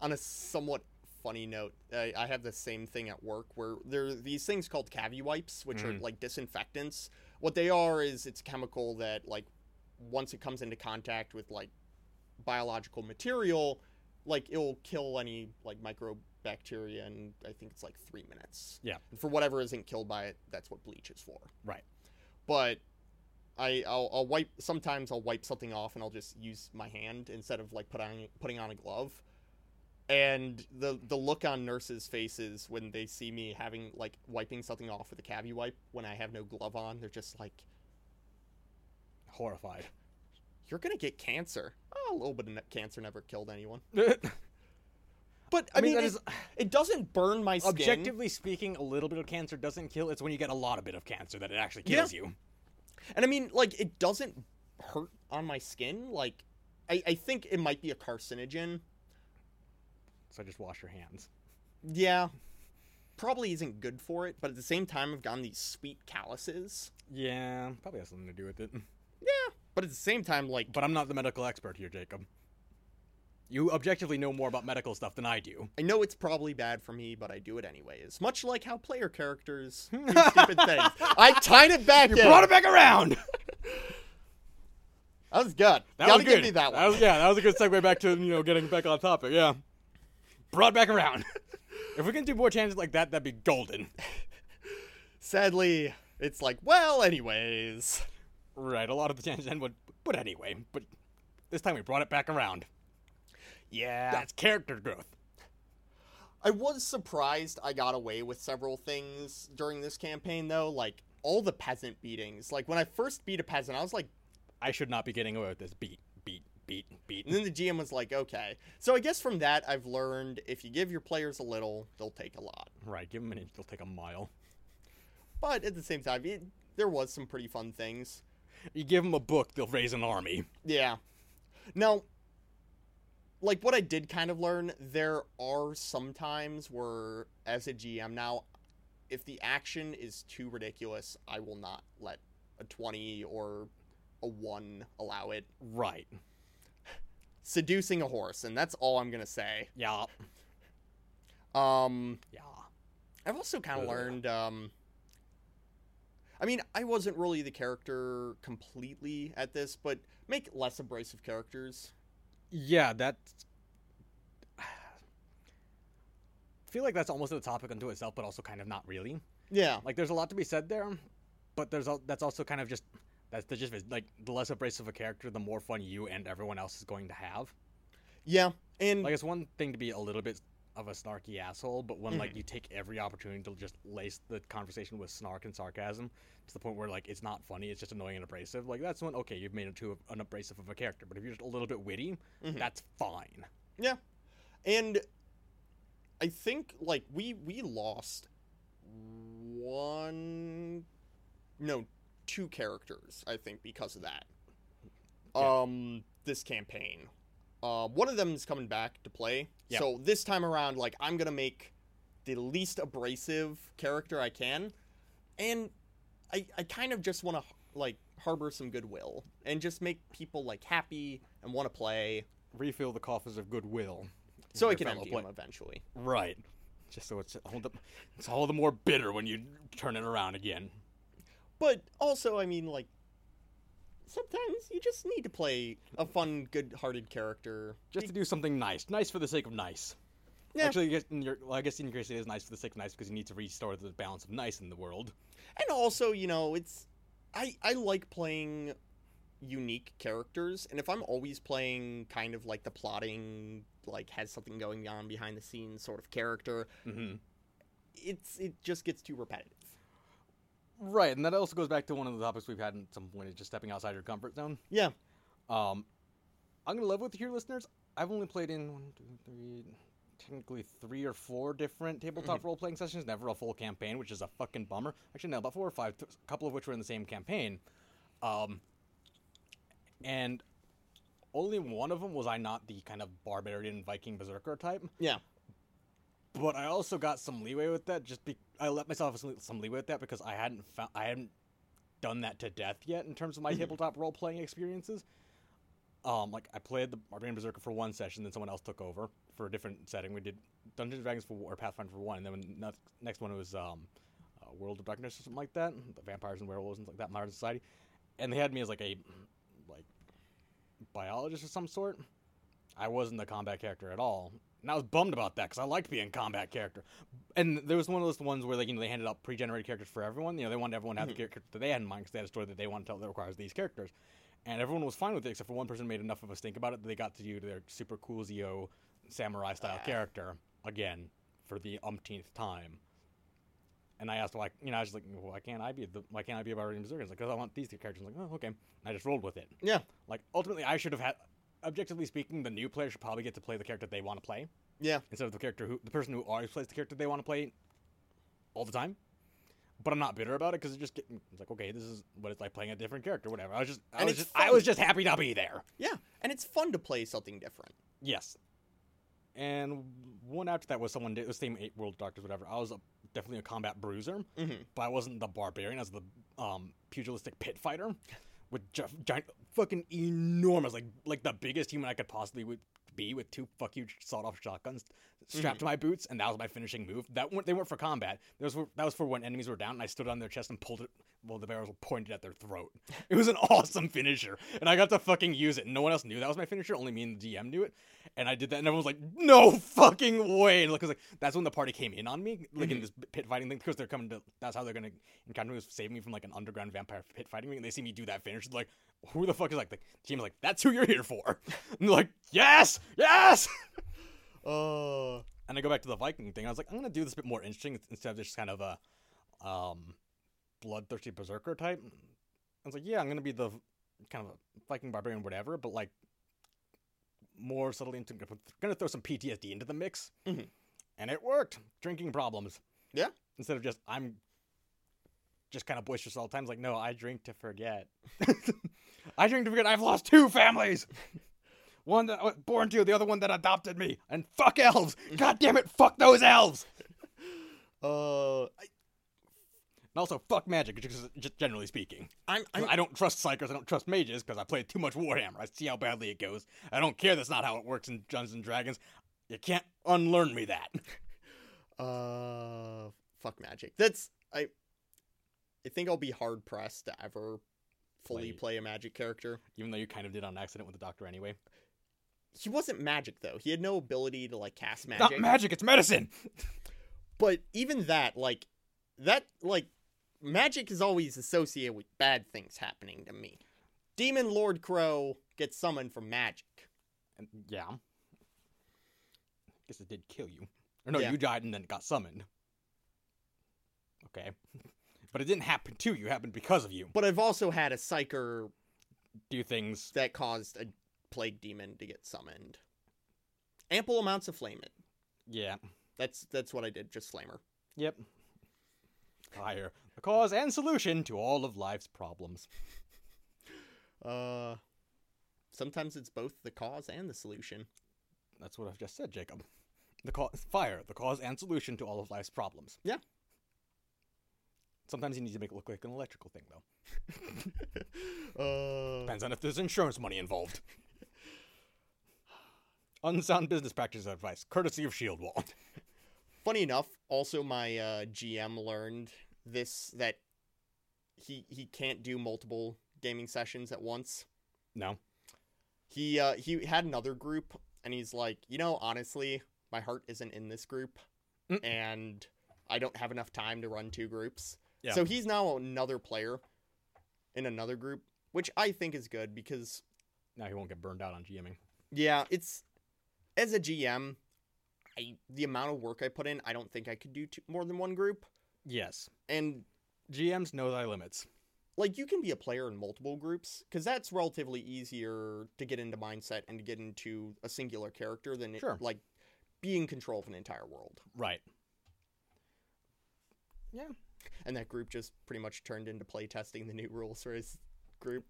B: on a somewhat funny note, I, I have the same thing at work where there are these things called cavi wipes, which are
A: Mhm.
B: like disinfectants. What they are is it's chemical that like once it comes into contact with like biological material, like it'll kill any like microbacteria in I think it's like three minutes.
A: Yeah.
B: And for whatever isn't killed by it, that's what bleach is for.
A: Right.
B: But I I'll, I'll wipe sometimes I'll wipe something off and I'll just use my hand instead of like putting putting on a glove. And the the look on nurses' faces when they see me having like wiping something off with a cavi wipe when I have no glove on, they're just like,
A: Horrified.
B: "You're gonna get cancer." Oh, a little bit of ne- cancer never killed anyone.
A: I,
B: But I, mean,
A: that
B: it,
A: is-
B: it doesn't burn my skin.
A: objectively speaking, a little bit of cancer doesn't kill. It's when you get a lot of bit of cancer that it actually
B: Yeah.
A: kills you.
B: And I mean, like, it doesn't hurt on my skin. Like, I, I think it might be a carcinogen.
A: So just wash your hands.
B: Yeah. Probably isn't good for it, but at the same time, I've gotten these sweet calluses.
A: Yeah, probably has something to do with it.
B: Yeah. But at the same time, like,
A: But I'm not the medical expert here, Jacob. You objectively know more about medical stuff than I do.
B: I know it's probably bad for me, but I do it anyways. Much like how player characters do stupid things. I tied it back in.
A: Brought it back around.
B: That was good.
A: That
B: Gotta
A: was
B: give
A: good.
B: me that one.
A: was, yeah, that was a good segue back to you know getting back on topic. Yeah, brought back around. if we can do more tangents like that, that'd be golden.
B: Sadly, it's like, well, anyways.
A: Right, a lot of the tangents end, but but anyway, but this time we brought it back around.
B: Yeah.
A: That's character growth.
B: I was surprised I got away with several things during this campaign, though. Like all the peasant beatings. Like when I first beat a peasant, I was like,
A: I should not be getting away with this beat beat beat, beat.
B: And then the GM was like, okay. So I guess from that, I've learned if you give your players a little, they'll take a lot.
A: Right, give him an inch, they'll take a mile.
B: But at the same time, it, there was some pretty fun things.
A: You give them a book, they'll raise an army.
B: Yeah. Now, like what I did kind of learn, there are some times where, as a GM now, if the action is too ridiculous, I will not let a 20 or a 1 allow it.
A: Right.
B: Seducing a horse, and that's all I'm going to say.
A: Yeah.
B: Um,
A: Yeah.
B: I've also kind of
A: Ugh.
B: learned. Um, I mean, I wasn't really the character completely at this, but make less abrasive characters.
A: Yeah, that's. I feel like that's almost a topic unto itself, but also kind of not really.
B: Yeah,
A: Like, there's a lot to be said there, but there's al- that's also kind of just that's the just like the less abrasive a character, the more fun you and everyone else is going to have.
B: yeah, and
A: Like, it's one thing to be a little bit of a snarky asshole, but when like you take every opportunity to just lace the conversation with snark and sarcasm to the point where like it's not funny, it's just annoying and abrasive. Like that's when okay, you've made it to an abrasive of a character, but if you're just a little bit witty,
B: Mhm.
A: that's fine.
B: yeah, and I think like we we lost one, no, two characters. I think because of that.
A: Yeah.
B: Um, this campaign, uh, one of them is coming back to play.
A: Yeah.
B: So this time around, like I'm gonna make the least abrasive character I can, and I I kind of just want to like harbor some goodwill and just make people like happy and want to play,
A: refill the coffers of goodwill. with
B: so I
A: your
B: can
A: fellow
B: empty
A: play-
B: them eventually.
A: Right. Just so it's all the it's all the more bitter when you turn it around again.
B: But also, I mean, like sometimes you just need to play a fun, good-hearted character.
A: Just to do something nice, nice for the sake of nice.
B: Yeah.
A: Actually, I guess in your well, I guess in your case it is nice for the sake of nice because you need to restore the balance of nice in the world.
B: and also you know it's i i like playing unique characters and if i'm always playing kind of like the plotting like has something going on behind the scenes sort of character
A: hmm
B: it's it just gets too repetitive
A: Right, and that also goes back to one of the topics we've had at some point is just stepping outside your comfort zone.
B: yeah
A: Um, I'm gonna love with here, listeners. I've only played in one, two, three, technically three or four different tabletop role playing sessions. Never a full campaign, which is a fucking bummer. Actually, no, about four or five, th- a couple of which were in the same campaign. Um, and only one of them was I not the kind of barbarian Viking berserker type
B: yeah
A: but I also got some leeway with that. Just be, I let myself some, some leeway with that because I hadn't found, I hadn't done that to death yet in terms of my tabletop role playing experiences. Um, like I played the Barbarian Berserker for one session, then someone else took over for a different setting. We did Dungeons and Dragons for or Pathfinder for one, and then when noth- next one was um, uh, World of Darkness or something like that, the vampires and werewolves and like that modern society, and they had me as like a like biologist of some sort. I wasn't a combat character at all, and I was bummed about that because I liked being a combat character. And there was one of those ones where like you know they handed out pre-generated characters for everyone. You know they wanted everyone to
B: Mm-hmm.
A: have the character that they had in mind because they had a story that they want to tell that requires these characters, and everyone was fine with it except for one person made enough of a stink about it that they got to do their super cool Zio samurai style
B: Ah.
A: character again for the umpteenth time. And I asked why, you know, I was just like, well, why can't I be the, why can't I be a barbarian berserker? It's like, because I want these two characters. I'm like, oh, okay. And I just rolled with it.
B: yeah
A: Like ultimately, I should have had. Objectively speaking, the new player should probably get to play the character they want to play
B: yeah
A: instead of the character who the person who always plays the character they want to play all the time. But I'm not bitter about it because it just get, it's like okay, this is what it's like playing a different character, whatever. I was just I
B: And
A: was
B: it's
A: just I was
B: fun.
A: just happy to be there.
B: yeah and it's fun to play something different
A: Yes. And one after that was someone did the same eight world doctors whatever. I was a, definitely a combat bruiser,
B: Mhm.
A: but I wasn't the barbarian. I was the um, pugilistic pit fighter with gi- giant, fucking enormous, like like the biggest human I could possibly would be with two fuck huge sawed off shotguns strapped to my boots, and that was my finishing move. That weren't, they weren't for combat. Those were that was for when enemies were down, and I stood on their chest and pulled it. Well, the barrels were pointed at their throat. It was an awesome finisher, and I got to fucking use it. and No one else knew that was my finisher. Only me and the DM knew it, and I did that, and everyone was like, "No fucking way!" And look, like that's when the party came in on me, like in this pit fighting thing, because they're coming to. That's how they're gonna encounter me, was save me from like an underground vampire pit fighting ring, and they see me do that finish. Like, who the fuck is like the team's like? That's who you're here for. And they're like, yes, yes.
B: uh
A: and I go back to the Viking thing. I was like, I'm gonna do this a bit more interesting instead of just kind of a um, bloodthirsty berserker type. I was like, yeah, I'm gonna be the kind of a Viking barbarian, whatever, but like more subtly into going to throw some PTSD into the mix,
B: Mhm.
A: and it worked. Drinking problems
B: Yeah.
A: instead of just I'm just kind of boisterous all the time. It's like no, I drink to forget. I drink to forget. I've lost two families. One that I was born to, the other one that adopted me, and fuck elves. God damn it, fuck those elves,
B: Uh, I,
A: and also fuck magic, just, just generally speaking.
B: I'm,
A: I,
B: I'm
A: I don't trust psychers. I don't trust mages because I played too much Warhammer. I see how badly it goes. I don't care. That's not how it works in Dungeons and Dragons. You can't unlearn me that.
B: uh fuck magic. That's I. I think I'll be hard pressed to ever
A: Play-
B: fully play a magic character.
A: Even though you kind of did on accident with the doctor anyway.
B: He wasn't magic though. He had no ability to like cast
A: It's
B: magic.
A: Not magic. It's medicine.
B: but even that, like that, like magic is always associated with bad things happening to me. Demon Lord Crow gets summoned from magic.
A: And, yeah. Guess it did kill you. Or no,
B: Yeah.
A: you died and then it got summoned. Okay. But it didn't happen to you. It happened because of you.
B: But I've also had a psyker
A: Do things.
B: that caused a plague demon to get summoned. Ample amounts of flame it.
A: Yeah.
B: That's that's what I did. Just flamer.
A: Yep. Fire. The cause and solution to all of life's problems.
B: Uh, sometimes it's both the cause and the solution.
A: That's what I've just said, Jacob. The cause, fire, the cause and solution to all of life's problems.
B: Yeah.
A: Sometimes you need to make it look like an electrical thing, though.
B: Uh,
A: Depends on if there's insurance money involved. Unsound business practice advice, courtesy of Shield Wall.
B: funny enough, also my uh, GM learned this that he he can't do multiple gaming sessions at once.
A: No.
B: He uh, he had another group, and he's like, you know, honestly, my heart isn't in this group,
A: Mm.
B: and I don't have enough time to run two groups.
A: Yeah.
B: So he's now another player in another group, which I think is good because
A: Now he won't get burned out on GMing.
B: Yeah, it's as a GM, I the amount of work I put in, I don't think I could do two, more than one group.
A: Yes.
B: And
A: GMs know thy limits.
B: like you can be a player in multiple groups because that's relatively easier to get into mindset and to get into a singular character than it-
A: Sure.
B: like being in control of an entire world.
A: Right. Yeah.
B: And that group just pretty much turned into playtesting the new rules for his group.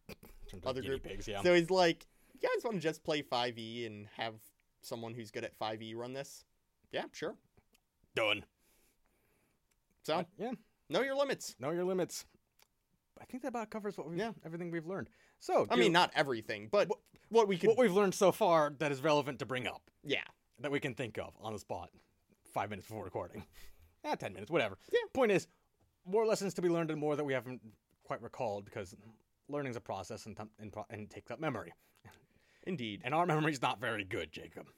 A: Turns out
B: Other
A: guinea
B: group.
A: pigs, yeah.
B: So he's like, "You guys want to just play 5e and have someone who's good at 5e run this?" Yeah, sure.
A: Done.
B: So,
A: Yeah.
B: know your limits.
A: Know your limits. I think that about covers what we've,
B: Yeah.
A: everything we've learned. So,
B: I
A: do-
B: mean, not everything, but what we could.
A: what we've learned so far that is relevant to bring up
B: yeah.
A: that we can think of on the spot five minutes before recording ah, 10 minutes whatever
B: Yeah.
A: point is more lessons to be learned and more that we haven't quite recalled because learning's a process and, th- and, pro- and takes up memory
B: Indeed.
A: and our memory's not very good jacob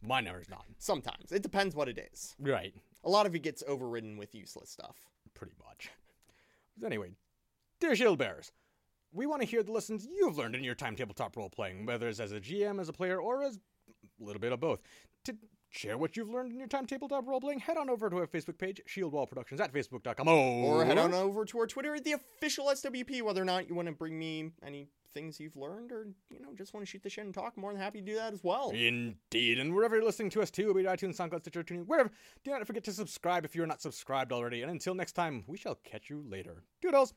A: my memory's not
B: Sometimes. It depends what it is.
A: right
B: A lot of it gets overridden with useless stuff.
A: pretty much But anyway dear shield bearers we want to hear the lessons you've learned in your time tabletop role playing whether it's as a gm as a player or as a little bit of both. To share what you've learned in your time tabletop role playing, head on over to our Facebook page, Shield Wall Productions at facebook.com.
B: Or head on over to our Twitter at the official SWP, whether or not you want to bring me any things you've learned or, you know, just want to shoot the shit and talk. More than happy to do that as well.
A: Indeed, and wherever you're listening to us too, be it iTunes, SoundCloud, Stitcher, TuneIn, wherever. Do not forget to subscribe if you're not subscribed already. And until next time, we shall catch you later. Doodles.